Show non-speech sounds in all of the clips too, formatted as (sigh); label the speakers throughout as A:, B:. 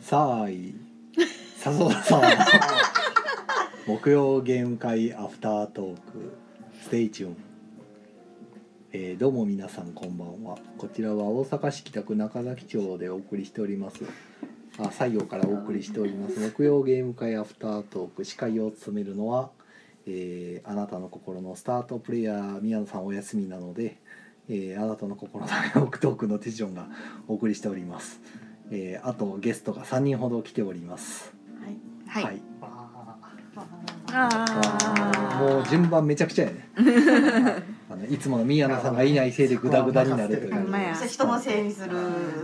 A: さあいさぞさん木曜ゲーム会アフタートークステイチュン、えー、どうも皆さんこんばんはこちらは大阪市北区中崎町でお送りしておりますあ西洋からお送りしております木曜ゲーム会アフタートーク司会を務めるのは、えーあなたの心のスタートプレイヤー宮野さんお休みなので、えーあなたの心のダイオクトークのテジョンがお送りしておりますえー、あとゲストが三人ほど来ております。
B: はい。
A: あー
B: あ
A: もう順番めちゃくちゃやね。あのいつもの宮野さんがいないせいでグダグダになるという。
B: ほんまや
C: そして人のせいにする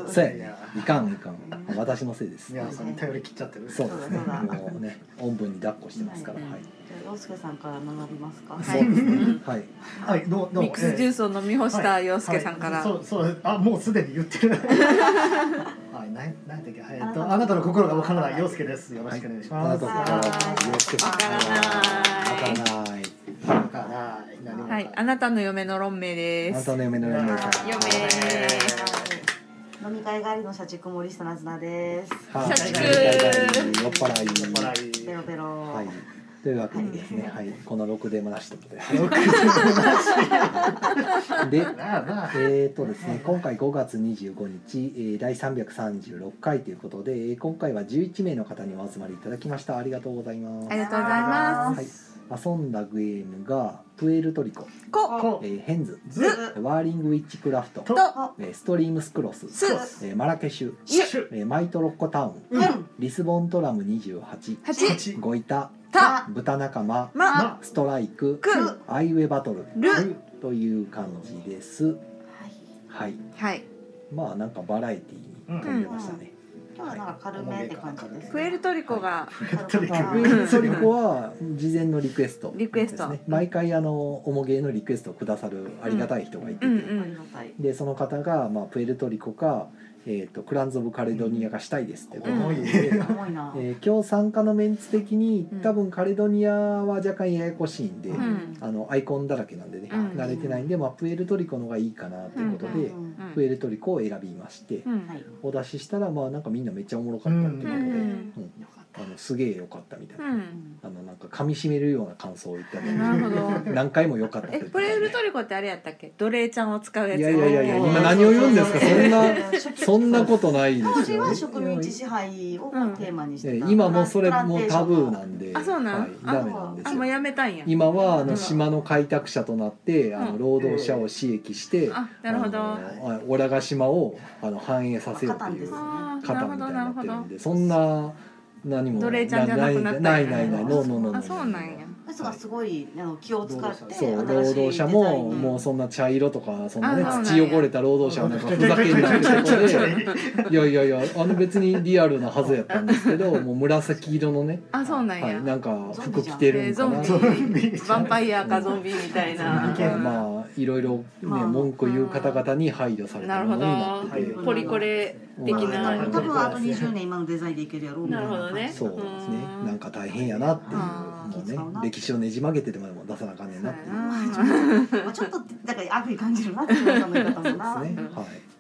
A: そうやね。いかんいかん。私のせいです。
D: 宮野さんに頼り切っちゃってる。
A: そうですね。
C: そうだそうだ
A: もうね、おんぶに抱っこしてますから。
C: う
A: は
C: ん
A: い。
C: 洋介さんから学びますか
A: そ
B: は
A: う
B: い
A: ですね。はい。
D: はい、どう、どうも。
B: ミックスジュースを飲み干
D: を
B: した洋介さんから。
D: そう、そう、あ、もうすでに言ってる。はい、なん、なんだっけ、えっと、あなたの心がわからない洋介です。よろしくお願いし
A: あな
D: ま
A: た
D: す。
A: の
D: わ
A: 心
D: か
A: が
D: ら
A: よ
D: な
A: ろしく。
B: わからない
A: わからない。
D: い。わからない。何もわか
B: は
D: ら
B: い、あなたの嫁の論名で
A: あな
B: す。
A: た
B: は
A: の嫁の嫁の。
B: 嫁
C: 飲み会帰りの社畜森下なずなです
A: はい
B: 社畜
A: 酔っ払い。
D: 酔っ払い
C: ベロベロ
A: はい。というわけでですね、はい、この六でもなしということです。
D: よく言うな
A: で、
D: まあまあ
A: えーとですね、今回5月25日、えー、第336回ということで、えー今回は11名の方にお集まりいただきましたありがとうございます、
B: ありがとうございます。
A: 遊んだゲームがプエルトリコ、
B: こ、
D: こ
A: えーヘンズ
D: う、ず、
A: ワーリングウィッチクラフト、
D: と
A: えーストリームスクロス、
B: す、
A: えーマラケシュ、
D: シュ、
A: えーマイトロッコタウン
D: う
A: リスボントラム28
B: 八、
D: ち、
A: ゴイタ
B: た、
A: 豚仲間
B: ま、
D: ま、
A: ストライク
B: く、
A: アイウェバトル
B: る。
A: という感じですはい
B: はい。
A: まあなんかバラエティーに飛んでましたね、
C: 今日はなんか軽めって感じです
B: プエルトリコが、
D: トリコ
A: まあ、
B: う
A: ウ
B: ん
A: ィルソリコは事前のリクエスト、
B: リクエスト
A: ですね毎回あのおもげのリクエストをくださるありがたい人がいてて、
B: うんうん
C: ありがたい
A: でその方が、まあ、プエルトリコか、えー、とクランズ・オブ・カレドニアがしたいですってこと
B: うん
A: な
D: 重
A: ん
D: い。
A: で、
C: 重いな
A: えー今日参加のメンツ的に
B: うん
A: 多分カレドニアは若干ややこしいんで、
B: ん
A: あのアイコンだらけなんでね、
B: うん
A: 慣れてないんで、まあ、プエルトリコのがいいかなということで、
C: うん
B: うん
A: プエルトリコを選びまして、
B: うん、
C: はい
A: お出ししたらまあなんかみんなめっちゃおもろかったっていうことで、
B: うんうん
A: うん
C: よかっ
A: あ
C: た
A: のすげえ良かったみたいうな。
B: ん。
A: あのなんか噛み締めるような感想を言ったり、
B: なるほど。
A: 何回も良かった
B: え、プエルト
A: リ
B: リコってあれやったっけ、奴隷ちゃんを使うやつ。
A: いやいやいやいや今何を言うんですかそんなそんなことないで
C: 当
A: す
C: 時
A: よ
C: は
A: ね。
C: 植民地支配をテーマにし
A: え
C: てた
A: 今もうそれもうタブーなんで、
B: あそうなん
A: はい、ダメなんです
B: あ、もう
A: よ。
B: やめたんや。
A: 今はあ
B: う
A: の
B: ん
A: 島の開拓者となって、あ
B: う
A: の
B: ん
A: 労働者を刺激して、
B: あ、なるほど。
A: あ
B: あ
A: のあオラが島をあの繁栄させようという
C: あ
B: あー、な
A: 方
B: る
A: み
B: ほ
A: たいに
B: ど、な
A: な
B: る
A: っ
B: ほ
A: てる
B: ど
A: ん。で、そんな何も
B: 奴隷ちゃんじゃなくなったんや
A: ないないないノーノーノーノー
B: あ、そうなんや。
C: ですがすごいあの気を使って
A: そう
C: 新し
A: 労
C: い
A: 働者
C: デザイン
A: も
C: に
A: もうそんな茶色とかそんな
B: あそ
A: ね
B: うなんや
A: 土汚れた労働者をなんかふざけんなってとこでいやいやいやあの別にリアルなはずやったんですけどもう紫色のね
B: あ、そうなん
A: はい
B: や。
A: なんか服着てるんかな
B: えー
A: そう
B: ゾンヴァンパイアかゾンビみたいな。
D: ゾンビ系
B: うん
A: まあいろいろね
C: まあ
A: 文句言う方々に配慮され
B: な
A: た
B: る
A: も
B: ほ
A: のになって
B: ど。
D: はい
B: ポリコレ的な。
C: 多分あと20年今のデザインでいけるやろうみたい
B: なるほどね
A: そうですね
B: うん
A: なんか大変やなって
B: あー
A: いうもうね歴史をねじ曲げてでも出さなあかんねんなっていう
C: まあちょっとだから悪意感じるなっていう考え方もな。
A: ことですね
B: うん
A: はい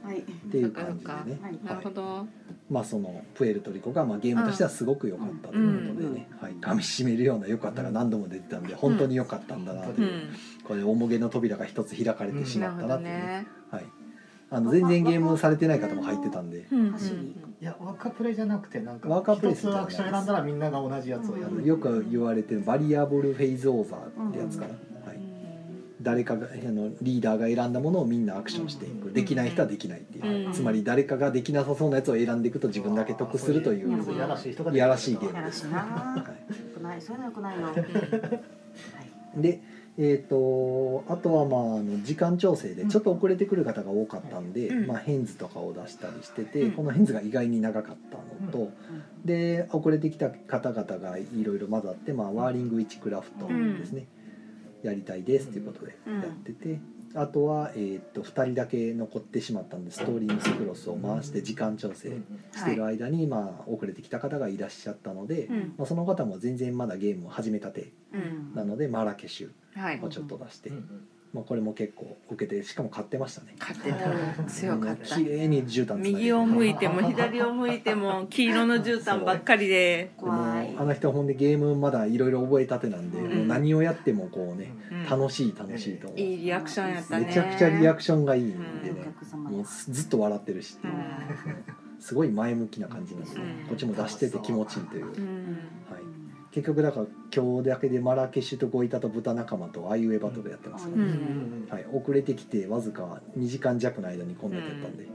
C: はい。
A: っていう感じでね
C: そっかそっかはい
B: なるほど。
A: まあそのプエルトリコがまあゲームとしてはすごく良かったということでね、はい、噛み締めるような良かったが何度も出てたんで本当に良かったんだなと
B: う
A: いう、
B: ん。
A: これ重げの扉が一つ開かれてし
B: な
A: ま
B: る
A: った
B: ほ
A: な
B: ど
A: という、ね
B: ね。
A: はい、あの全然ゲームされてない方も入ってたんで、
B: うんうん
D: いや、ワーカープレイじゃなくて、なんか。
A: ワーカープレイ
D: 一つアクション選んだら、みんなが同じやつをや
A: あの
D: る。
A: よく言われてるバリアブルフェイズオーザーってやつかな、はい、誰かがあのリーダーが選んだものをみんなアクションしていく、
D: うん
A: できない人はできないっていう、
B: うん
A: つまり誰かができなさそうなやつを選んでいくと自分だけ得するという、
C: う
D: あ
C: ん
D: ーそうやらしい人が。
A: いやらしいゲーム
C: やらしいな。
A: はい
C: 良くない。そういうの良くないよ。
A: でえー、とあとはまああの時間調整でちょっと遅れてくる方が多かったんで、
B: うん
A: まあ、ヘンズとかを出したりしてて、
B: うん
A: このヘンズが意外に長かったのと、
C: は
A: で遅れてきた方々がいろいろ混ざって、まあ、ワーリングウィッチクラフトですね、やりたいですということで
B: うん
A: やってて、あとは、えー、と2人だけ残ってしまったんでストーリーのスクロスを回して時間調整してる間に、まあ、遅れてきた方がいらっしゃったので、
B: うん
A: まあ、その方も全然まだゲームを始めたて
B: うん
A: なのでマラケシュ
B: はい
A: をちょっと出して。
D: うん
A: まあ、これも結構受けてしかも買ってましたね
B: 勝ってた強かった
A: 綺麗に絨毯つなげて
B: 右を向いても左を向いても黄色の絨毯ばっかりで
A: でも
C: 怖い
A: あの人はほんでゲームまだいろいろ覚えたてなんで、
B: うん
A: もう何をやってもこうね、
B: うん
A: 楽しい楽しいと思う、
B: いいリアクションやったね
A: めちゃくちゃリアクションがいいんで
C: お
A: ね、
C: 客様
A: もう
C: です
A: ずっと笑ってるし、
B: うん
A: すごい前向きな感じなんで、
B: うん
A: こっちも出してて気持ちいいという、
B: う
A: は
B: ん
A: い、結局だから今日だけでマラケシュとゴイタと豚仲間とあいうえバトルやってます、
C: う
A: ね
C: ん
D: うん
A: はい、遅れてきてわずか2時間弱の間にこんなやったんで、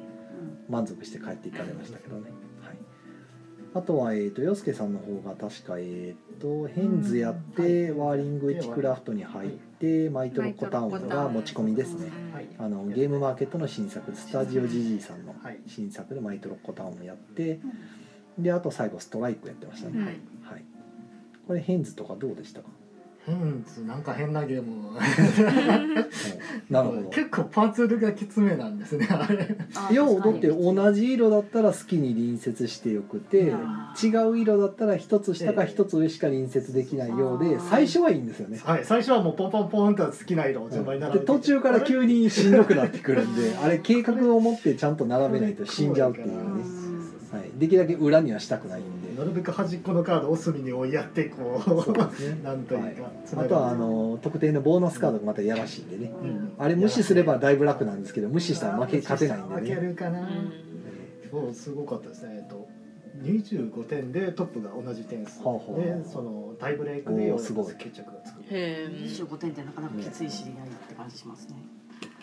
A: 満足して帰っていかれましたけどね、はい、あとは、えー、と洋介さんの方が確か、えー、とヘンズやって、ワーリングウィッチクラフトに入って、マイトロッコタウンが持ち込みですね、
D: はい
A: あのゲームマーケットの新作スタジオジジイさんの
D: はい
A: 新作でマイトロッコタウンをやってであと最後ストライクやってましたね、
B: うん
A: はい、これヘンズとかどうでした (laughs) か
D: うんつなんか変なゲーム
A: うんなるほど
D: (laughs) 結構パーツがきつめなんですねあれ
A: いやだって
C: お
A: 同じ色だったら好きに隣接してよくて、
C: うん
A: 違う色だったら一つ下か
D: ええ
A: 一つ上しか隣接できないようで、
C: あー
A: 最初はいいんですよね、
D: はい最初はもうポンポンポンと好きな色を順番に並べ
A: で
D: て
A: 途中から急にしんどくなってくるんで
C: うん
A: あれ計画を持ってちゃんと並べないと死んじゃうっていうね、はい、できるだけ裏にはしたくないんで
D: なるべく端っこのカードを隅に追いやってこ
A: そう
D: う
A: ですね
D: (laughs) なんというか、
A: あとはあの特定のボーナスカードがまたやらしいんでね
D: うん
A: あれ無視すればだいぶ楽なんですけど無視したら負け勝てないん
D: 負
A: で
D: け
A: ね
D: るかな、
B: うん
D: そうすごかったですねえっと25点でトップが同じ点数で
A: はあはあ
D: そのタイブレイクで
A: おーすごい
D: 決着がつく
B: へー
C: 25点ってなかなかきついしやるって感じしますね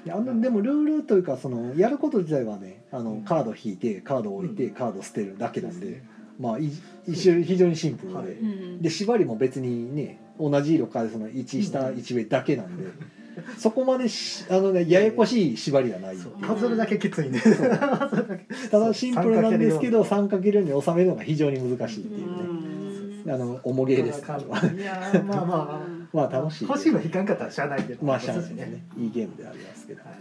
A: いやあのでもルールというかそのやること自体はねあのカード引いてカード置いてカード捨てるだけなんでまあい一緒非常にシンプルで、
D: はい
B: うん
A: で縛りも別にね同じ色からその1下
D: うん
A: 1上だけなんで、そこまでしあの、ね、ややこしい縛りはない
D: そう
A: た
D: パズルだけきついんで (laughs) パズルだけ
A: だシンプルなんですけど
D: 三
A: 3×4 に収めるのが非常に難しいっていうね、
B: うん
A: あの重げです
D: いやーまあまあま
A: まあ
D: あ
A: 楽しい
D: 欲しいの引かんかったらしゃあないけど
A: まあしゃあないんで
D: そうで
A: ね
D: す
A: いいゲームではありますけど、は
D: は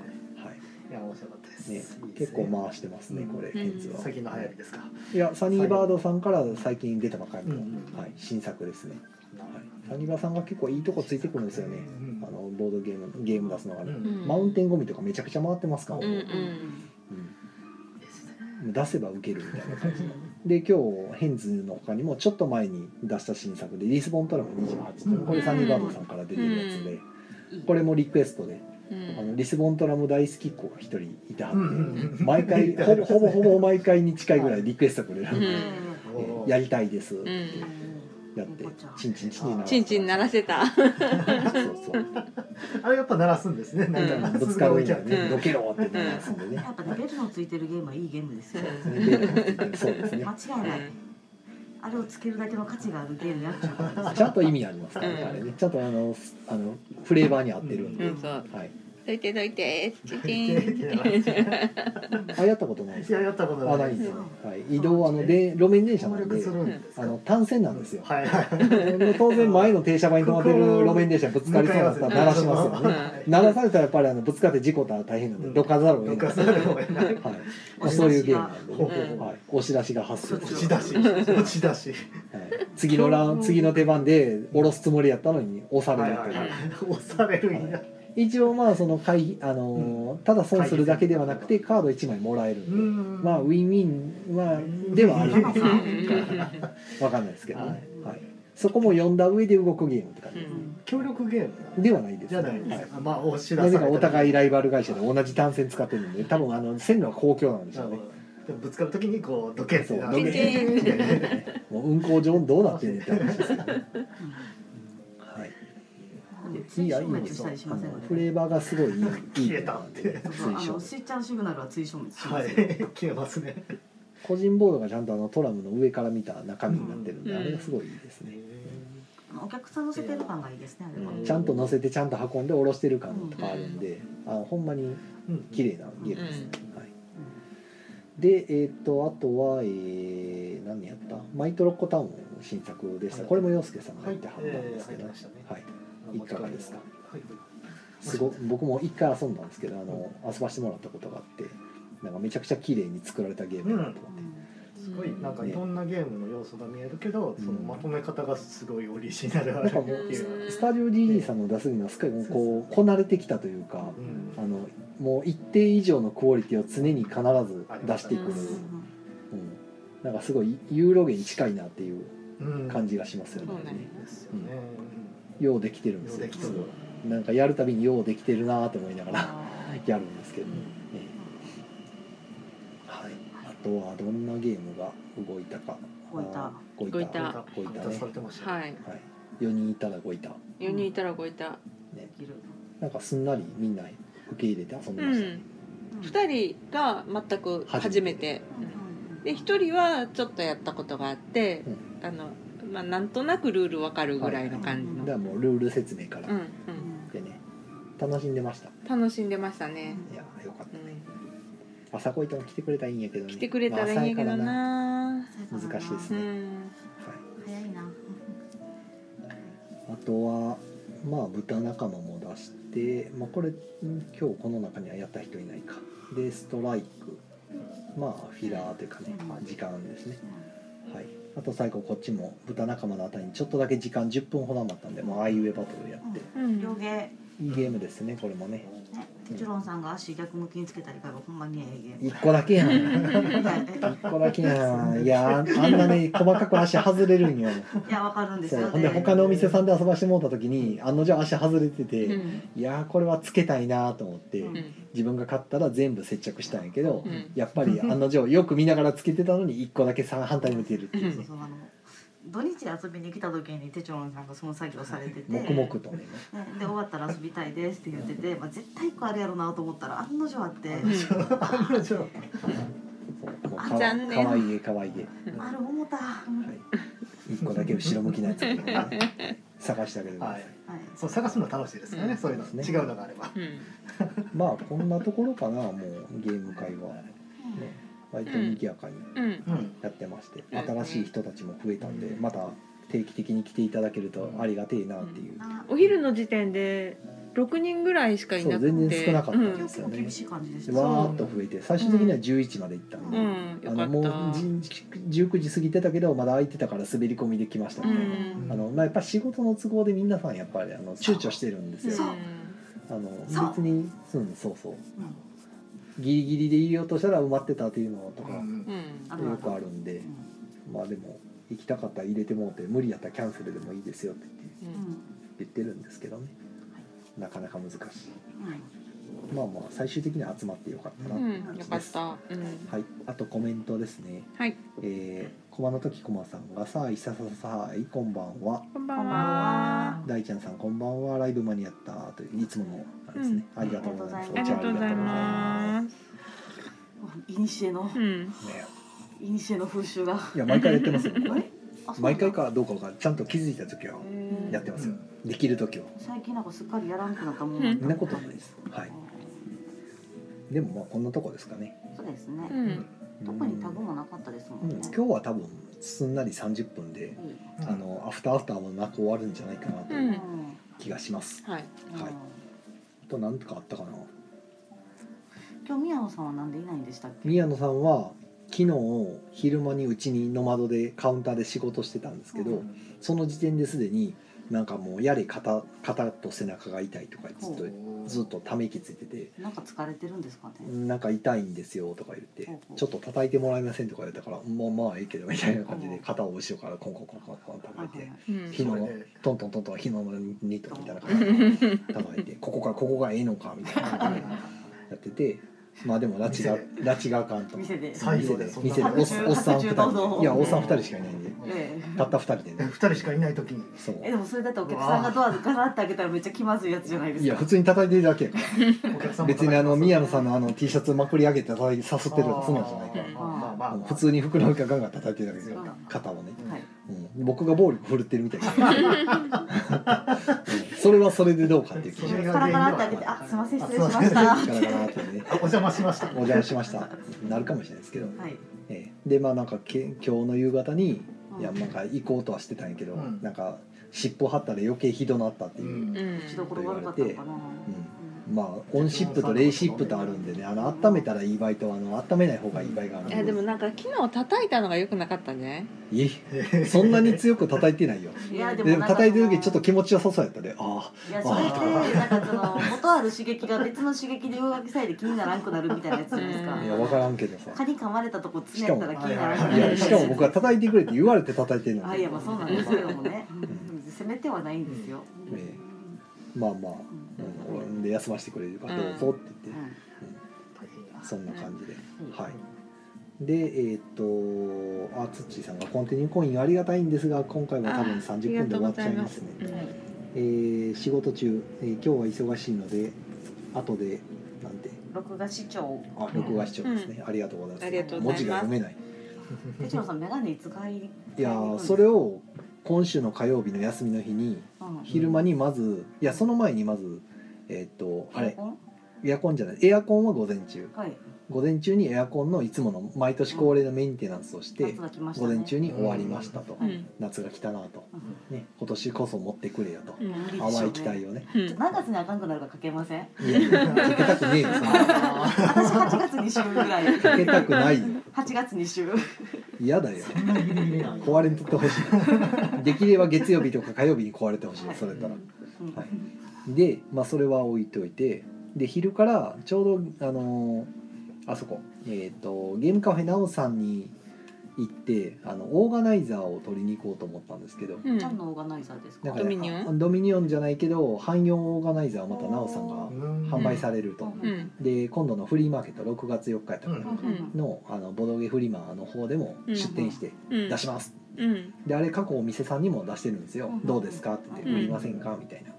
D: いいいや面白かったです
A: ね
D: いいですね、
A: 結構回してますね、
D: うん
A: これ
B: うん
A: ヘンズは、
D: 最近の流行りですか、
A: いやサニーバードさんから最近出たばかりの、
D: うんうん
A: はい、新作ですね、はい、サニーバーさんが結構いいとこついてくるんですよね、
D: うん
A: あのボードゲームゲーム出すのがね、
D: うん
A: マウンテンゴミとかめちゃくちゃ回ってますから、
B: うんうん
A: うん出せば受けるみたいな感じので今日ヘンズの他にもちょっと前に出した新作でリスボントラム28、
D: うん
A: これサニーバードさんから出てるやつで、こ
C: これ
A: れもリクエストで
B: うん
A: あのリスボントラム大好きっ子が一人いてはって、
D: うん
A: 毎回ほぼほぼほぼ毎回に近いぐらいリクエストくれるんで、
D: おー
A: やりたいです」ってやって
C: うん
A: チンチンチンに鳴らす
B: チンチン鳴らせた。
A: そうそう
D: あれやっぱ鳴らすんですね。なん
B: う
D: か
A: ぶつかるんだよ
B: う
A: ね
B: ん
A: どけろって鳴らすんでね
C: やっぱねベルのついてるゲームはいいゲームですよ
A: そうですね
C: 間違いないあれをつけるだけの価値があるゲームやっちゃうから
A: ちゃんと意味ありますからねあれねちゃんとあのあのフレーバーに合ってるん
B: う
A: で、
B: ん、そう。
A: はい、
B: どいてどいて、チンチ
A: あやったことないです
D: いややったこと
A: あ
D: な
A: ない
D: い
A: ん
D: で
A: ですす
D: よ
A: よ。、はい、移動はあので路面電車なん
D: 力
A: です
D: るんです
A: あ
D: か。
A: の単線なんですよ
D: はいはい。
A: 当然前の停車場に止まってる路面電車にぶつかりそうだったら鳴らしますよね鳴らされたらやっぱりあのぶつかって事故ったら大変なんでどかざるを得な
D: ど
A: い
D: か、されるない。
A: はいまあ、そういうゲームなんでね
D: ほうほうほう
A: はい、押し出しが発生
D: 落ち出し、落ち出し。
A: はい、次のラン次の手番で下ろすつもりやったのに押さ
D: は
A: れ
D: い
A: ると、
D: はいいうはい。押されるんや。
A: 一応まあその会あのーただ損するだけではなくてカード1枚もらえるんで、
D: うん
A: まあウィンウィンはではあ
D: (laughs)
A: るんですよわかんないですけどね、
D: は
A: はいいそこも読んだ上で動くゲームって感じ、
B: ン。
D: 協力ゲーム
A: ではないです
D: じゃないで
A: は
D: す
A: い
D: か。まあ押し出さ
A: な
D: れ
A: ぜ
D: た
A: かお互いライバル会社で同じ単線使ってるんで多分あの線路は公共なんでし
D: な
A: ょ
D: る
A: う
D: ほ
A: ね
D: どでもぶつかるときにこうどけって
A: そう
D: な
A: どけ
B: って
D: なる
A: もう運行上どうなってんねんって話ですよねはい
C: 追消滅したりしません
A: フレーバーがすごいいい
D: 消えたって
C: そうあの
A: 推奨
C: スイッチャーシグナルは追消滅し
D: は
C: ま
D: い
C: すよ、
D: 消えますね
A: 個人ボードがちゃんとあのトラムの上から見た中身になってるんで、
B: うん
A: あれがすごいいいですね、
C: あのお客さん乗せてる感がいいですねあれは、
B: うん
A: ちゃんと乗せてちゃんと運んで下ろしてる感とかあるんで、あのほんまに綺麗なゲームです、はい、でえっ、とあとは、えー、何やった「マイトロッコタウン」の新作でしたこれも洋介さんが
D: 入
A: 言
D: っ
A: ってて
D: は
A: は
D: っ
A: ったた
D: ん
A: ん
D: で
A: ですす
D: け
A: けど、
D: ど、
A: はい
D: はい、
A: いかがですか
D: はい
A: すご僕も一回遊んだんですけどあの遊ばしてもらったことがあってなんかめちゃくちゃ綺麗に作られたゲームだなと思って、
C: うん
D: すごいなんかいろんなゲームの要要素が見えるけど、そのまとめ方がすごいオリジナルあるっていう。
A: スタジオ DD さんの出すにはすごいもうこうこなれてきたというか
D: うん
A: あのもう一定以上のクオリティを常に必ず出してくる、
B: ありますね
A: うん、なんかすごいユーロゲに近いなっていう
D: うん
A: 感じがしますよね、
B: そうね
D: ですよね。
A: ようでき
D: (laughs)
A: てるんです
D: よう
A: よ
D: できと
A: す
D: る
A: ごいなんかやるたびにようできてるなと思いながら (laughs) やるんですけど、ええはい、あとはどんなゲームが動いたか
C: 動いた
A: あー動いた
B: 動い
A: 動
D: た
A: いた
D: 出
A: ね
D: されてましたね。
B: はい
A: はい、4人いたら動いた
B: 4人いたら5いた
C: できる。
A: なんかすんなりみんな受け入れて遊んで
B: う
A: ましたね、
B: ん2人が全く初めてで
C: 人
B: 1人はちょっとやったことがあって
A: う
B: あのまあなんとなくルールわかるぐらいの感じ
A: だか
B: のう
A: らもうルール説明から
B: ん
A: でね楽しんでました
B: うん楽しんでましたね
A: いやよかっ
B: うん
A: た朝こいとも来てくれたらいいんやけどね
B: 来てくれたらいいんやけ
A: まあ
B: どな
A: 難しいです
B: う
A: ね
B: ん
A: 朝やからな
C: 早いな。
A: はい、あとはまあ豚仲間も出して、まあ、これん今日この中にはやった人いないかでストライクまあフィラーというかね
C: うん
A: 時間ですねはい、あと最後こっちも豚仲間のあたりにちょっとだけ時間10分ほど余ったんで、まああいうえバトルやって、
B: うん
C: 両芸
A: いいゲームですねこれもね
C: ね、テチロンさんが足逆向きにつけたりからほんまにええ
A: 1個だけやん
B: (laughs)
A: 1
C: ゲーム。
A: 個だけやんいやあんあんなね細かく足外れるんよ
C: (laughs) いやわかるんです
A: そう
C: よ。
A: ほんで他のお店さんで遊ばしてもらった時に案の定足外れてて、
B: うん
A: いやーこれはつけたいなと思って、
C: うん
B: うん
A: 自分が買ったら全部接着したんやけど、
B: うん
A: やっぱり案の定よく見ながらつけてたのに1個だけさ反対向いてるっていう、
C: そうそうあの土日遊びに来た時にテチロンさんがその作業されてて。
A: 黙々とね
C: ねで終わったら遊びたいですって言ってて、まあ、絶対1個あるやろなと思ったら案の定あって、
D: はい。じゃあ
A: そうもうか
B: あ残念
A: かわいい絵かわいい絵、は
C: ある思った、
A: い、1個だけ後ろ向きなやつ、ね、探してあげてください、
D: はい
C: はい、
D: そう探すの楽しいですよ
B: う
D: ね。
B: ん
D: そういうの、
A: です
D: 違
A: ね
D: うのがあれば。
B: うん
A: まあこんなところかなもうゲーム会はね割と賑やかに
B: うん
D: うん。
A: やってまして、
B: うん
A: 新しい人たちも増えたんで、
D: うん
A: また定期的に来ていただけるとありがてえなっていう、
C: あ
B: お昼の時点で6人ぐらいしかいなくて
A: そう全然少なかった
B: うん
C: 今日も厳しい感じでした、
A: でわーっと増えて最終的には11まで行ったんで、
B: うん、よ
A: あの
B: か
A: もう
B: った
A: じ19時過ぎてたけどまだ空いてたから滑り込みできました
B: う
A: みたいな、
B: ん
A: あのまあ、やっぱ仕事の都合でみんなさんやっぱりあの躊躇してるんです
C: そ
A: よ
C: う
A: あの
C: そう
A: 別にうんそうそう
C: うん
A: ギリギリで入れようとしたら埋まってたっていうのと
D: う
A: か
D: ん
B: う。ん
C: ある
A: よくあるんで
C: う、
A: まあでも行きたかったら入れてもうて無理やったらキャンセルでもいいですよって
B: うん
C: うん
A: 言って言ってるんですけどねなかなか難しい
C: うん
A: まあまあ最終的には集まってよかったな
B: う
A: って
B: ん、よかった、うん、
A: はい、あとコメントですね、
B: はい
A: えー、駒の時駒さんがさあいさささあいこんばんは
B: こんば
C: こんば
B: ん
C: ん
B: は
C: は
A: 大ちゃんさんこんばんはライブ間に合ったといういつものあれですね、
D: うん
A: ありがとうございます
B: ありがとうございます
C: いにしえの
B: うん、
A: す、ね、
C: いにしえの風習が
A: いや毎回やってますよこれ
C: あれあそうなん
A: (laughs) 毎
C: だ
A: 回かどうかわかんないちゃんと気づいた時はやって
D: う
A: ますよ、
D: ん
A: できる時は
C: 最近なんかすっかりやらんくなったもん、
B: うん
A: そんなことないですはいでもまあこんなとこですかね
C: そうですね、
B: うん
C: 特にタグもなかったですも
A: うんん
C: ね、
A: 今日は多分すんなり30分で、
C: いい
A: あのアフターアフターもなく終わるんじゃないかなという
B: うんん
C: うん
A: 気がします、
B: はい
A: はいあと何とかあったかな
C: 今日宮野さんはなんでいないんでしたっけ
A: 宮野さんは昨日昼間にうちにノマドでカウンターで仕事してたんですけど、
D: うん
A: その時点ですでになんかもうやれ肩肩と背中が痛いとかずっとずっとため息ついてて
C: なんか疲れてるんですかね、
A: 「なんか痛いんですよ」とか言って
C: ほう
A: 「
C: ほう
A: ちょっと叩いてもらえません」とか言ったから「まあまあええけど」みたいな感じで肩を後ろからコンコンコンコンコン叩
C: はいはいい
A: て
C: はい
B: うん
A: 日の
D: それで
A: トントントントン火のニットみ (laughs) たいな感じで叩い
C: (laughs)
A: て「ここかここがええのか」みたいな感じでやっててまあでも拉致
D: (laughs)
A: が拉致があかんと。 (laughs)
C: 店で
D: 最
A: 店
D: 後
A: で
D: でそんな
A: 店でおっおっさん二人いやおっさん二人しかいないんで
C: ええ
A: たった二人でね
D: 二人しかいない時に。
A: そう
C: (laughs) えでもそれだってお客さんがドアガラッて開けたらめっちゃ気まずいやつじゃないですか
A: いや普通に叩いてるだけやから
D: お客さんも叩いてます
A: 別にあの宮野さんのあの T シャツまくり上げて叩いさすってるのつまんじゃないから
B: うん
D: あーまあま
A: あ
D: あ
A: の
D: まあ。
A: 普通にふくらはぎがガンガン叩いてるだけです
D: う
A: よ
D: ん
A: 肩をね、
C: はい
A: うん、僕が暴力振るってる
D: (laughs)
A: みたいな、うんそれはそれでどうかっていう気
D: そ
A: がし
D: れ
A: ます
D: が
C: カラカラって開けてあすいません失礼しまし
A: ガ
C: た
A: ラガラってね
D: あお邪魔しました。
A: お邪魔しましたなるかもしれないですけど、
C: はい
A: ええでまあなんかけ今日の夕方に
C: うん
A: いやなんか行こうとはしてたんやけど、
D: うん
A: なんか尻尾張ったら余計ひどなったっていうう、うん
D: ん
B: うん
C: 口どころ悪かったのかな
A: うんまあオンシップとレイシップとあるんでねあの温めたらいい場合とあの温めない方がいい場合があるん
B: いやでもなんか昨日叩いたのが良くなかったんじゃない
A: いえそんなに強く叩いてないよ
C: いやでも
A: でも叩いてる時ちょっと
C: い
A: 気持ちよさそうやったであ
C: やそれでなんかその元ある刺激が別の刺激で上書きされて気にならんくなるみたいなやつじゃないです
A: あ
C: か
A: (laughs) いや分からんけどさ
C: 蚊に噛まれたとこつねったら気にならんく
A: い
C: なる
A: やしかも僕は叩いてくれって言われて叩いてるの
C: あ
A: に
C: い
A: ね
C: やまあそうなんですけどもね責めてはないんですよ、
A: まあまあ
C: うん
A: うんで休ませてくれるからどうぞって言って
D: 大変や
A: そんな感じで
C: は
A: はいでえっ、とあつっちーさんが「コンティニューコインありがたいんですが今回は多分
B: あ
A: 30分で終わっちゃいますね」
B: ありがとうございます
C: い
A: えー仕事中、えー今日は忙しいので後でなんて
C: 録画視聴
A: あ録画視聴ですね、ありがとうございます
B: ありがとう
A: 文
B: ござい
A: 字が
B: ます
A: 読めない
C: 哲郎さん眼鏡いつ買い
A: いやーそれ、を今週の火曜日の休みの日に
C: うん
A: 昼間にまずいやその前にまずえーっとあ
C: エア
A: れ
C: コン
A: エアコンじゃないエアコンは午前中
C: はい
A: 午前中にエアコンのいつもの毎年恒例のメンテナンスをして
C: 夏が来ました
A: 午
C: ね
A: 前中に終わりましたと
B: うんうん
A: 夏が来たなと
C: うん
A: ね今年こそ持ってくれよと
B: うん
C: うん
A: 淡い期待をね
B: うん
C: ちょ何月にあかんくなるかかけ
A: (laughs)
C: ません
A: いやいやかけたくねえよそんな
C: 私8月2週ぐらい
A: かけたくないよ
C: 8月2週
A: 嫌だよ
D: そんなギリギリなんや
A: 壊れんとってほしいできれば月曜日とか火曜日に壊れてほしいそれやったら、
C: うん
A: はいで、まあ、それは置いといてで昼からちょうどあのーあそこえっ、とゲームカフェなおさんに行ってあのオーガナイザーを取りに行こうと思ったんですけど、
B: うん
C: 何のオーガナイザーですか
A: なんかね
B: ドミニオン
A: あドミニオンじゃないけど汎用オーガナイザーをまたなおさんが
D: うん
A: 販売されると、
C: うん
B: うん
A: で今度のフリーマーケット6月4日やったから
D: うん
B: うん
A: のあのボドゲフリマの方でも出店して
B: うん
A: 出します
B: うん
A: であれ過去お店さんにも出してるんですよ
C: う
A: 「
C: ん
A: どうですか?」って言って「
B: うん
A: 売りませんか?」みたいな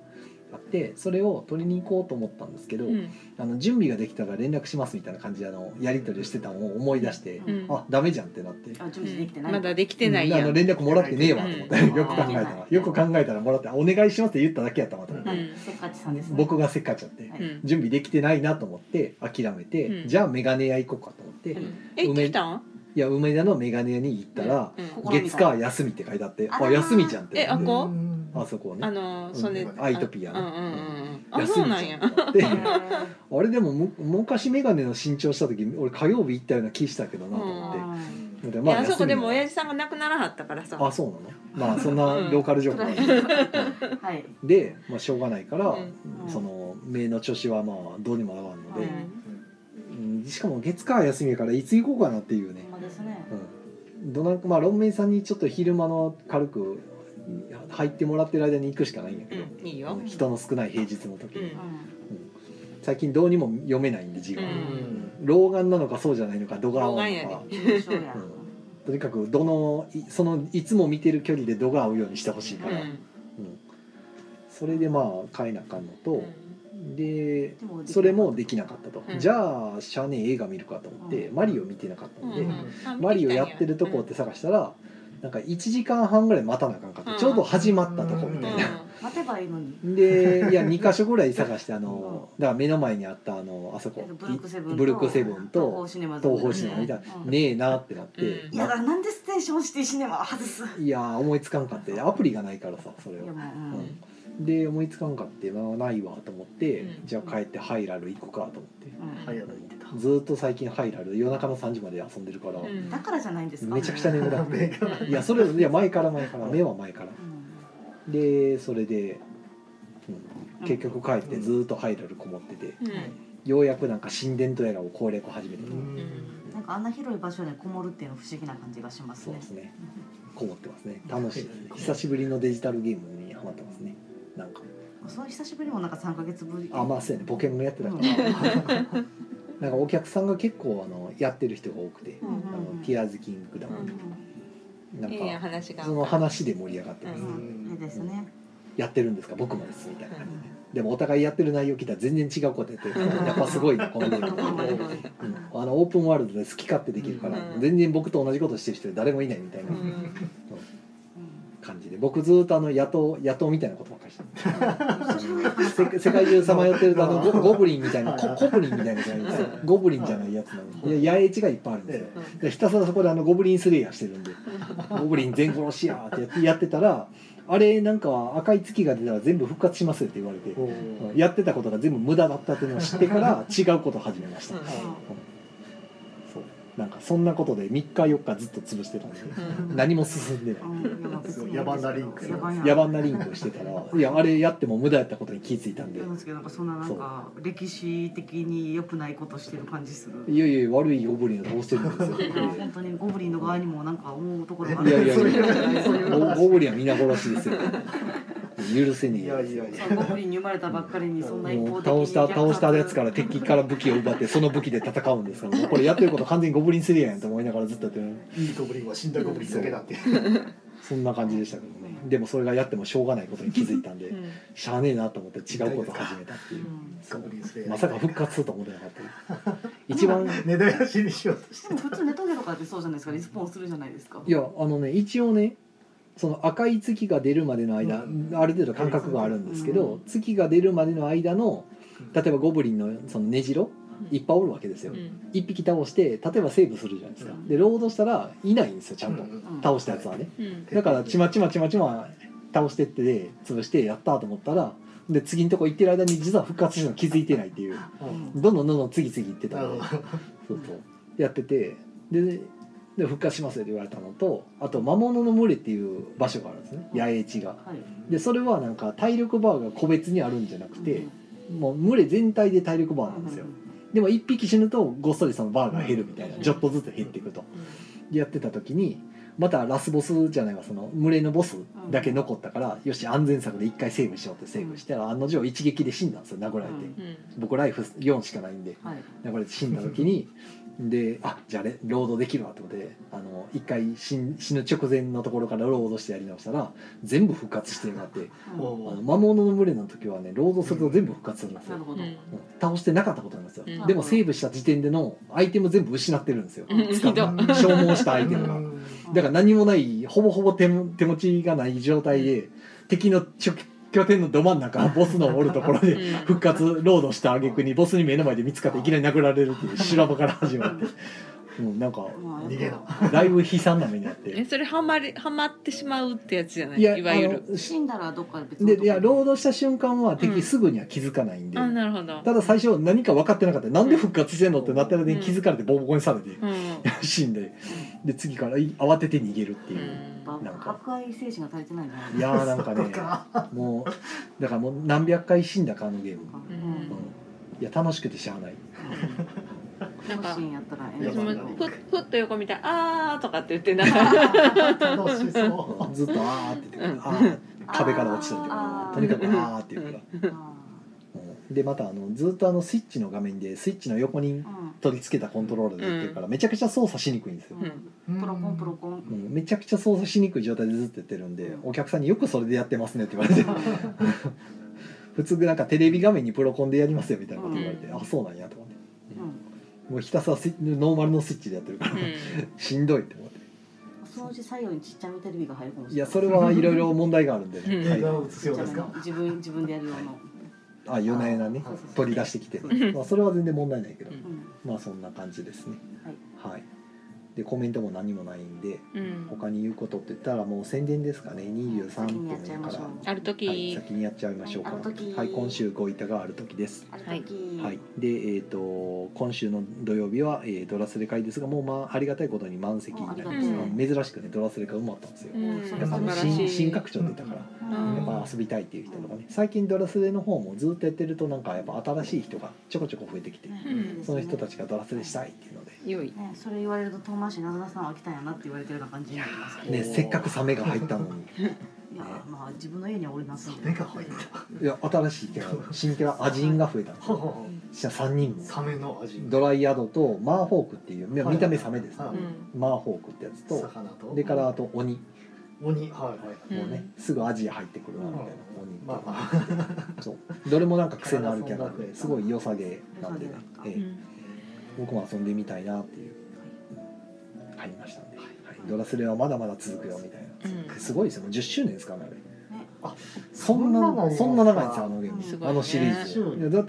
A: あってそれを取りに行こうと思ったんですけど、
B: うん
A: あの準備ができたら連絡しますみたいな感じであのやり取りをしてたのを思い出して、
B: うん
A: あダメじゃんってなって。
C: あ準備できてない
B: まだできてない
A: うん
B: や
A: あの連絡もらってねえわと思って、
C: うん
A: よく考えたらよく考えたらもらって「お願いします」って言っただけやったまた、
C: は
B: う
C: い
B: ん
C: せっかちさんですね
A: 僕がせっかちゃって、
C: は
B: う
C: い
B: ん
A: 準備できてないなと思って諦めて、
B: うん
A: じゃあメガネ屋行こうかと思って、
C: う
A: い
C: ん
B: え行ってきたん
A: や梅田のメガネ屋に行ったら、
B: うん
C: ここ
A: 月火休みって書いてあって「
C: あら
A: あ
C: ー
A: 休みじゃん」ってなって
B: えあこ
D: うん
A: あそこね
B: あのそれ
A: アイトピアね
B: うんうんうんあ
A: 休
B: そう
A: み
B: な
A: じ
B: ん
A: ゃ
B: や
A: んってなって (laughs) あれでもむ昔メガネの新調した時俺火曜日行ったような気したけどなと思ってで
B: いやあそこでも
A: 休みな
B: 親
A: ら
B: 父さんが亡くならはったからさ
A: あそうなのまあそんなローカル情報なんで
C: はい
A: で、まあ、しょうがないから、
B: うん
A: その目の調子はまあどうにもならんの
B: う
A: で、
B: ん
A: うんしかも月火休みやからいつ行こうかなっていうね
C: ほんまですね
A: うんどなまあ論面さんにちょっと昼間の軽く入ってもらってる間に行くしかないんやけど、
B: うんいいよ
A: 人の少ない平日の時に、
C: う
B: うん
C: ん
A: 最近どうにも読めないんで字が、
B: うん
A: 老眼なのかそうじゃないのか度が合う
B: 老眼
A: の
B: や
A: か
B: ね
C: そうや
A: うんとにかくどのいそのいつも見てる距離で度が合うようにしてほしいか
B: う
A: ら、
B: ん
A: うんそれでまあ変えなあかんのと、で
C: でも
A: それもできなかったと、
B: うん
A: じゃあしゃあねえ映画見るかと思って、
C: う
A: マリオ見てなかった
B: うん
A: ので、
B: あ
A: マリオやってるとこって探したら、なんか1時間半ぐらい待たなあかんかった、
B: うん
A: ちょうど始まったとこみ
B: う
A: た
B: ん
A: い
B: うん
A: な、
C: 待てばいいのに
A: でいや2箇所ぐらい探してあの、だから目の前にあったあのあそこ
C: ブルックセブンと
A: ブルックセブン
C: 東
A: と
C: 宝シネマズ
A: 東宝シネマみたいな、
C: うん
A: ねえなってなって、
B: うん
C: いやだなんでステーションシティシネマは外すい
A: いやー思いつかんかってアプリがないからさそれを
C: や。もううん
A: うんで思いつかんかって、まあ、ないわと思って、
B: うん
A: じゃあ帰ってハイラル行くかと思って、
C: う
D: ハイラル行ってた
A: ずーっと最近ハイラル夜中の3時まで遊んでるから、
B: うん
C: んだからじゃないんですか
A: めちゃくちゃ眠たい
D: 目が
A: いやそれいや前から前から目は前から
C: うん
A: でそれで、うん、
C: うん
A: 結局帰ってずーっとハイラルこもってて、
B: うん
A: ようやくなんか神殿とやらを攻略始めてた、
D: うん
C: なんかあんな広い場所でこもるっていうの不思議な感じがします
A: そう
C: ね
A: ですねこもってますね楽しい久しぶりのデジタルゲームにハマってますねなんか
C: その久しぶりもなんか3ヶ月ぶり
A: あまあそうやねポケモンやってたから、 (laughs) なんかお客さんが結構あのやってる人が多くて、
C: うん
A: あのティアーズキングダム
B: うん
A: なん
B: いいや
A: か
B: 話が
A: その話で盛り上がってます、
B: う
C: うんいいですね
A: やってるんですか僕もですみたいな感じで、でもお互いやってる内容聞いたら全然違うことやってるからやっぱすごいなこのゲーム
C: うん
A: ってうんあのオープンワールドで好き勝手できるから、
B: うん
A: 全然僕と同じことしてる人誰もいないみたいな
B: うん
A: 感じで僕ずっとあの野党野党みたいなことばっかかして
C: それ
A: せ世界中さまよってるとあのゴゴブリンみたいな
D: はい
A: コ
D: はい
A: コブリンみたいなじゃないですかゴブリンじゃないやつなのいや野営地がいっぱいあるんですよ
D: え
A: でひたすらそこであのゴブリンスレイヤーしてるんで「ゴブリン全殺しや!」ってやってやってたらあれなんか赤い月が出たら全部復活しますよって言われて
D: えおー
A: やってたことが全部無駄だったっていうのを知って
D: (laughs)
A: から違うことを始めましたそうなんかそんなことで3日4日ずっと潰してたんで何も進んでない
D: 野蛮なリンク
C: 野蛮
A: 野
C: や
A: 蛮なリンクをしてたらいやあれやっても無駄やったことに気づいたんで
C: なんですけどなんかそんななんか歴史的に良くないことしてる感じする
A: いやいや悪いゴブリンを倒してるんですよ
D: (laughs)
C: 本当にゴブリンの側にもなんか思うところがあ
A: い
C: る
A: やいやいや
D: そういうのじゃないそういう
A: ゴ
D: 話
A: ゴブリンは皆殺しですよ許せねえ
D: い
A: よ
D: やいやいや
C: そうゴブリンに生まれたばっかりにそんな一
A: も
C: 方
A: う
C: 的
A: 倒
C: に
A: した倒したやつから敵から武器を奪ってその武器で戦うんですからもうこれやってること完全にゴブリンスリアやんと思いながらずっとやってる
D: いいゴブリンは死んだゴブリンだけだって
A: そんな感じでしたけどねでもそれがやってもしょうがないことに気づいたんでしゃあねえなと思って違うことを始めたっていう
C: うん
A: そう
D: ゴブリンスレイヤー
A: まさか復活すると思ってなかった一番
D: 根絶やしにしようとして
C: でも普通ネタゲとかってそうじゃないですかリスポーンするじゃないですか
A: いやあのね一応ねその赤い月が出るまでの間、
D: うん
A: ある程度間隔があるんですけど、
B: うん
A: 月が出るまでの間の例えばゴブリンのその根城いっぱいおるわけですよ、一匹倒して例えばセーブするじゃないですか、
D: うん
A: でロードしたらいないんですよちゃんと、
D: うん
A: 倒したやつはね、
B: うん
A: だからちまちまちまちま倒してってで潰してやったと思ったらで次のとこ行ってる間に実は復活してるの気づいてないっていう
D: うん
A: どんどんどんどん次々行ってた
D: なる
A: んで
D: ほど
A: そうそうやっててでで復活しますよって言われたのとあと魔物の群れっていう場所があるんですね野営地が。
C: はい
A: でそれはなんか体力バーが個別にあるんじゃなくて、もう群れ全体で体力バーなんですよ、でも1匹死ぬとごっそりそのバーが減るみたいな、
B: うん
A: ちょっとずつ減っていくとやってた時にまたラスボスじゃないわその群れのボスだけ残ったから、よし安全策で一回セーブしようってセーブしたら、案の定一撃で死んだんですよ殴られて、
C: うん
A: 僕ライフ4しかないんで
C: はい
A: 殴られて死んだ時にであじゃあれロードできるわと思ってあの一回死ん死ぬ直前のところからロードしてやり直したら全部復活してるなって
C: うん
A: あ
D: お
A: の
D: ー
A: 魔物の群れの時はねロードすると全部復活するんですよ
C: なる、ほど
A: うん倒してなかったことなんですよ、
B: うん
A: でもセーブした時点でのアイテム全部失ってるんですよ、
B: うん
A: 使った
B: ひ
D: どい
A: 消耗したアイテムが、
D: うん
A: だから何もないほぼほぼ手も手持ちがない状態で敵のちょ拠点のど真ん中ボスのおるところで復活ロードした挙句にボスに目の前で見つかっていきなり殴られるっていう修羅場から始まって、うん、なんか
C: まあ
D: 逃げろ
A: だいぶ悲惨な目にあって
B: えそれハマりハマってしまうってやつじゃない
A: いや
B: いわゆる
A: あのし
C: 死んだらどっかで別のとこ
A: でいやロー
C: ド
A: ドした瞬間は
B: うん
A: 敵すぐには気づかないんで、
B: あなるほど
A: ただ最初何か分かってなかったなんで復活してんのってなったらに
B: うん
A: 気づかれてボコボコにされて、
B: うん
A: 死んでで次から慌てて逃げるっていう、なんか
C: 博愛精神が足りてないんじゃない
A: いやーなんか
D: そう
A: ね
D: か
A: もうだからもう何百回死んだかあのゲーム、うん
C: うん
A: いや楽しくてしゃあない
B: なんか
C: シーンやったらええ
B: 私
C: の
B: も
C: に
B: ふふっと横見たら「あー」とかって言ってなんか
D: 楽しそう
A: ずっと「あー」って言って
B: うん
A: あーって壁から落ちたりとか
C: あー
A: とにかく「あー」って言うから、う
C: あ
A: んでまたあのずっとあのスイッチの画面でスイッチの横に
C: ーうん
A: 取り付けたコントローラーでやってるから、めちゃくちゃ操作しにくいんですよ、
B: うん
C: プロコンプロコン
A: うんめちゃくちゃ操作しにくい状態でずっとやってるんで、
C: うん
A: お客さんによくそれでやってますねって言われ
C: (laughs)
A: て普通なんかテレビ画面にプロコンでやりますよみたいなこと言われて、
B: うん
A: あそうなんやと思って
C: うん
A: もうひたすらスイノーマルのスイッチでやってるから、
B: うん
A: しんどいって思って
C: そのうち左右にちっちゃめテレビが入るかもし
A: い
C: れ
A: や
C: ない
A: それはいろいろ問題があるんで、
B: うん
A: ね
D: 映画
A: は
D: を映すようですか
C: 自分自分でやるような、
A: い、あ夜な夜なね
C: そうそうそう
A: 取り出してきて、
B: うん
A: まあ、それは全然問題ないけど、
B: うん
C: うん、
A: まあそんな感じですねはい、でコメントも何もないんで
B: うん
A: 他に言うことって言ったらもう宣伝ですかね23
C: 先にやっちゃい
A: 分
C: ま
A: か
C: しょ
A: ら、
C: う
B: ある
A: はい、
B: 時
A: 先にやっちゃいましょうか、
C: はいある時
A: はい、今週ごいたがある時です
C: ある
B: はい
C: 時
A: はい、で、えー、と今週の土曜日は、えードラスレ会ですがもう、まあ、ありがたいことに満席になりました、
B: ありが
A: 珍しくねドラスレ会埋まったんですよ、
B: うん
A: やっぱあの
B: 素晴らし
A: 新
B: い
A: 新拡張出たから、
B: うん
A: やっぱ遊びたいっていう人とかね最近ドラスレの方もずっとやってるとなんかやっぱ新しい人がちょこちょこ増えてきて、
B: うん
A: その人たち
C: が、
A: がドラスレしたいっていうので、
B: 良い
C: ね、それ言われると遠回しなずなさんは来たんやなって言われてるような感じになりますけど
A: ね、
D: おー
A: せっかくサメが入ったのに
C: いやまあ自分の家にはおりますんで
D: 目が入った
A: いや新しいキャラ新キャラアジンが増えたんですよ
D: は
A: した3人も
D: あサメの味
A: ドライヤードとマーホークっていういや見た目サメですね、
D: は
B: うん
A: マーホークってやつと
D: 魚と
A: でからあと鬼
D: 鬼はいはい
B: うん
A: もうね、すぐアジア入ってくるなみたいな、鬼
D: まあまあ
A: そうどれもなんか癖のあるキャラですごい良さげなんでね、え
B: う
A: え
B: ん
A: 僕も遊んでみたいなっていう入りましたんで、はい、ドラスレはまだまだ続くよみたいな、
B: うん
A: すごいですよもう10周年ですからねあれ
C: ね
A: そん
D: そんなの
A: な
D: よ
A: そんな長いんですよあのゲーム、
C: す
B: ごいね
A: あのシリー
D: そう
A: ズいやだっ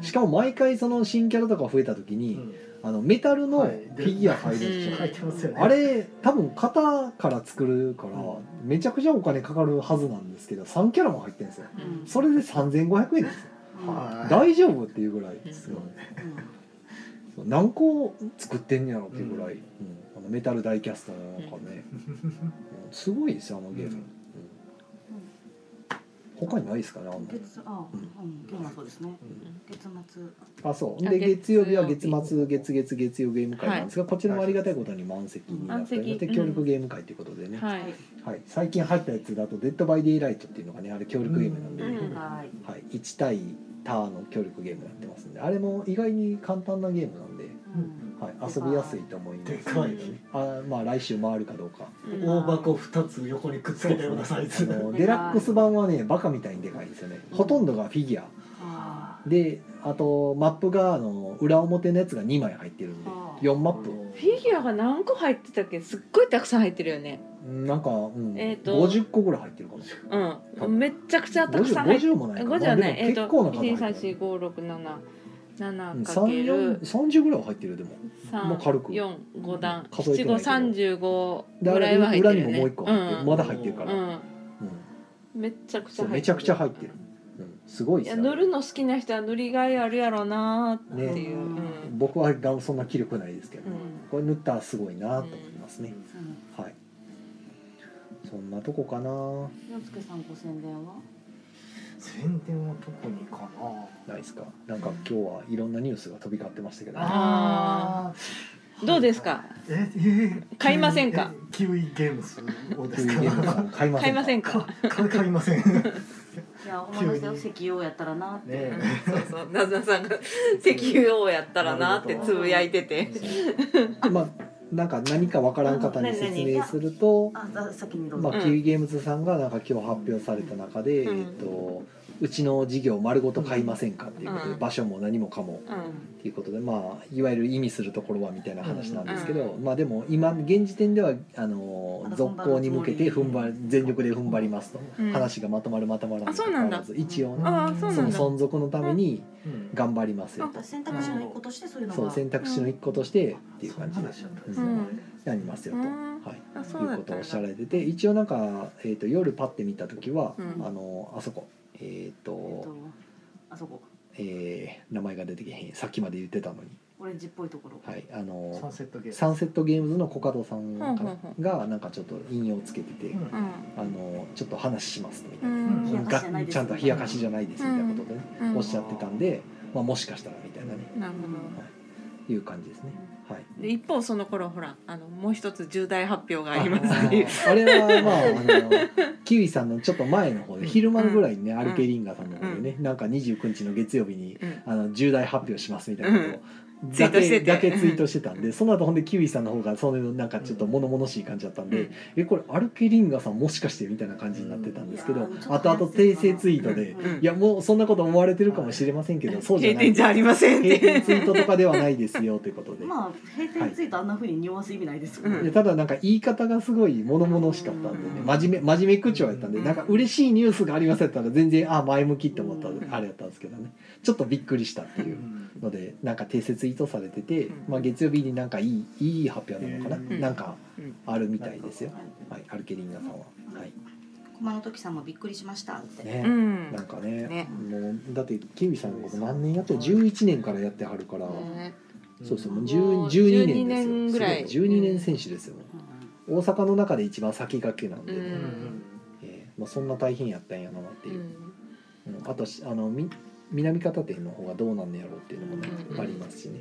A: てしかも毎回その新キャラとか増えた時に、あのメタルの
D: は
A: フ
D: い
A: ィギュア入るんですよ、
D: 書いてますよね
A: あれ多分型から作るから
D: うん
A: めちゃくちゃお金かかるはずなんですけど3キャラも入ってるんですよ
C: うん
A: それで3500円ですよ
D: はい
A: 大丈夫っていうぐらい
B: す
D: ごい
A: うん何個作ってんやろっていうぐらい、うんあのメタルダイキャストのなんかね、うんすごいですよあのゲーム、
D: うん
A: うん他にないですかねあんまり
C: 月あ、うん、今日はそうですね。月末。
A: あそう
B: あ
A: で月
B: 月
A: 曜
B: 曜
A: 日
B: 日
A: は月末月月月曜ゲーム会なんですが、こちらもありがたいことに満席になって
B: 満席
A: で
B: うん
A: 協力ゲーム会ということでね、は
B: はい。
A: い最近入ったやつだと「デッド・バイ・デイ・ライト」っていうのがねあれ協力ゲームなんでね、
B: うん
C: はい。
A: はい、1対ターンの協力ゲームやってますんであれも意外に簡単なゲームなんで、
C: うん
A: はい、遊びやすいと思います
D: でかい
B: ね
A: あまあ来週回るかど
B: (laughs)
A: うか
B: うん
D: 大箱二つ横にくっつけたようなサイ
A: あ
D: ズ
A: のデラックス版はねバカみたいにでかいんですよねほとんどがフィギュア
C: あ
A: であとマップがあの裏表のやつが2枚入ってるんで
C: あー
A: 4マップ
B: フィギュアが何個入ってたっけすっごいたくさん入ってるよね
A: うんなんか、うん
B: えーと
A: 50個ぐらい入ってるかもしれ
B: う
A: あ
B: んめっちゃくちゃたくさん入って
A: 50もないか
B: 5じゃな
A: ま
B: い
A: あでも
B: えっと
A: 結構な数入ってるうん34
B: 1234567
A: 三十ぐらいは入ってるでももう軽く
B: 345段
A: 数えてないけど
B: 7535
A: であ
B: ぐらいは
A: れ
B: 入って
A: 裏
B: る
A: に
B: よ
A: も
B: ね
A: もう一個入ってる
B: うん
A: まだ入ってるから、うん
B: うん、めちゃくちゃ
A: そうめちゃくちゃ入ってるうんすごい
B: い
A: で
B: や
A: すよ
B: 塗るの好きな人は塗りがいあるやろうなーっていう、
C: ね
A: 僕はそんな気力ないですけど、
B: うん、
A: これ塗ったらすごいなと思いますね、
C: あ。うん。
A: はいそんなとこかな
C: 洋介さんご宣伝は。
D: 宣伝は特にか
A: な
D: な
A: いですかなんか今日はいろんなニュースが飛び交ってましたけど、
B: あうんどうですか
D: ええ
B: 買いませんか
D: えキウイゲームスをで
A: とい
D: す
A: うゲームさ
D: か
A: ん買いま
B: 買
A: せ
B: い
A: んか
B: ませんか
D: か買い買いま
A: (laughs)
D: せんね
C: いや、思い出してよ、石油王やったらなって。
D: え
B: そうそうなずなさんが (laughs) 石油王やったらなってつぶやいてて
A: そうまあなんか何かわからん方に説明すると、
C: あ、あ先にどう
A: ま
C: ぞ。
A: あ、キウイゲームズさんがなんか今日発表された中で、
B: うん
A: えっとうちの事業丸ごと買いませんかっていうことで、
B: うん
A: 場所も何もかも
B: うん
A: っていうことでまあいわゆる意味するところはみたいな話なんですけど、まあでも今現時点ではあの
C: まだ
A: 続
C: 本番の
A: 行に向けて踏ん張る全力で踏ん張りますと、
B: うん
A: 話がまとまるまとまらない
B: あそうなん
A: に関わ
B: だ
A: らず一応ね
B: ああそう
A: その
B: なんだ
A: 存続のために
D: うん
A: 頑張りますよと、
C: 選択肢の一個として、そういうの
A: そう
C: が。
A: 選択肢の一個としてっていう感じ
D: そん
A: で
D: な話だったんです
B: う
D: ね
B: ん
A: やりますよと、
B: うん
A: はい。
B: あそ
A: いうう
B: だ
A: こ
B: っ
A: と
B: た
A: をお
B: ん
A: っしゃら
B: だ
A: れてて一応なんか、えー、と夜パッて見た時は、
B: うん
A: あのあそこえっ、
C: えっ
A: と
C: と、あそこ。
A: えー名前が出てけへんさっきまで言ってたのに
C: オレンジっぽいところ。
A: はいあ
D: サン
A: の
D: セットゲーム
A: サンセットゲームズのコカドさんかな
B: ほうほうほ
A: がなんかちょっと引用つけてて、
D: うん
A: あのちょっと話しますみた
B: う
A: いな、
B: ん
C: 冷やかしじゃないです
A: ちゃんと冷やかしじゃないですみたいなことでね、
B: うん
A: おっしゃってたんで、まあ、もしかしたらみたいなね、
B: なるほ
A: いう感じですねはい。
B: どで一方その頃ほらあのもう一つ重大発表が
A: あ
B: あります
A: あーあれはまああのキウイさんのちょっと前の方で昼間ぐらいにね、アルケリンガさんの方でね、なんか29日の月曜日に
B: うん
A: あの重大発表しますみたいなことを。
B: ツ
A: だ
B: イートして
A: け
B: て
A: だけツイートしてたんでその後ほんでキウイさんの方がそのなんかちょっと物々しい感じだったんで、
B: うん
A: えこれアルケリンガさんもしかしてみたいな感じになってたんですけど、
C: いやーちょっ
A: 後
C: と
A: 々訂正ツイートで、
C: うん
A: いやもうそんなこと思われてるかもしれませんけど、そうじゃ
B: 閉
A: ない
B: 店じゃありませんっ
A: (laughs) 訂正
B: て
A: ツイートとかではないですよということで、
C: まあ、閉店ついてあんな風に匂わす意味ないですよ
B: うん
A: いや
C: ね。
A: ただなんか言い方がすごい物々しかったんでね
B: うん
A: 真面目真面目口調やったんで
D: うん
A: なんか嬉しいニュースがありますやったら全然あ前向きって思ったんで
B: うん
A: あれやったんですけどねちょっとびっくりしたって
D: う
A: いうんのでなんか訂正ツイートされてて、
B: うん
A: まあ、月曜日になんかいいいい発表なのかな、
D: うん
A: なんか
B: うん
A: あるみたいですよ、
C: はい
A: はい、アルケリンガさんは。はい
C: 駒の時さんもびっくりしましたって。
A: ね
B: うん
A: なんかね
B: ね
A: もうだってキウイさんここ何年やってる11年からやってはるから、
B: ね
A: そうそうもう
B: も
A: 10
B: う
A: 12年ですよ
B: 12年ぐらい
A: すご12年選手ですよ、
C: うん
A: 大阪の中で一番先駆けなんで、
B: う
D: うん
B: ん
A: えーまあ、そんな大変やったんやなって
B: う
A: いう、
B: ん
A: うんあとしあのみ南方店の方がどうなんねやろうっていうのもね、
B: うん
A: ありますしね、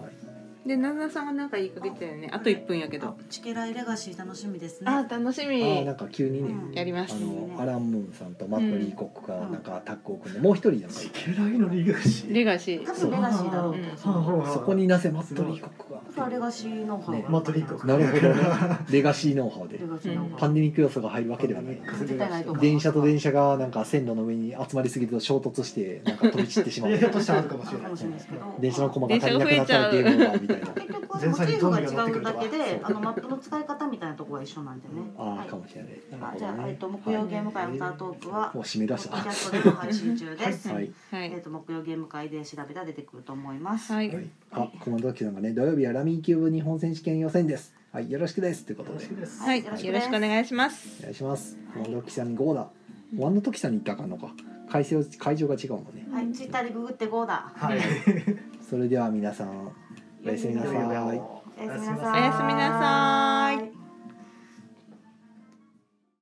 A: はい、
B: で奈々さんがなんか言いかけてたよねあと1分やけど
C: チケライレガシー楽しみですね。
B: あー楽し
A: あーな
B: み
A: んか急にね、
C: うん
B: やりま
A: あ
B: す
A: のアラン・ムーンさんとマット・リーコックがなんかタッグを組んで、もう一人なんかい
D: チ
A: て
D: ケライのリガシー
B: レガシー
C: 多分レガシーだろうと思う。
A: そこになぜマット・リーコックが
C: だからレガシーの方が
A: ね
D: マトリック
A: なるほどねレガシーノウハウで
C: レガシーの
A: パ
C: 方
A: ン
C: が
A: デミック要素が入るわけではない
C: 絶対ないと思う
A: 電車と電車がなんか線路の上に集まりすぎると衝突してなんか飛び散ってしまう (laughs)
D: いやひょっとしたらあるかもしれない
C: かもしれないですけど。
A: 電車の駒が足りなくなったらゲームオーバーみたたいな
C: 結局モチーフが違うだけであのマップの使い方みたいなところが一緒なんでね
A: ああ
C: はい
A: かもしれないな
C: あ
A: るほ
C: じ
A: ど
C: ゃあ、えっ
A: ね
C: と、木曜ゲーム会アフタートークは、
A: (laughs) もう締め
C: ポ
A: 出し
C: ッド
A: た
C: キャストでも配信中です。
A: はい
B: はい
C: えっと、木曜ゲーム会で調べたら出てくると思います。
B: は
A: はい
B: い、
A: あコマンドキさんがね土曜日はラミーキューブ日本選手権予選ですはいよろしくですということ
D: 楽
A: で
D: しみです。
B: はい、よろしくお願いします
A: お願いしますコマンドキさんにゴーダワンの時さんに行ったかのか会場会場が違うもんね
C: はい、ツイッターでググってゴーダ。
D: はい。
A: それでは皆さんおやすみなさ
D: はいい
C: おやすみなさい。
B: おやすみなさい
C: い。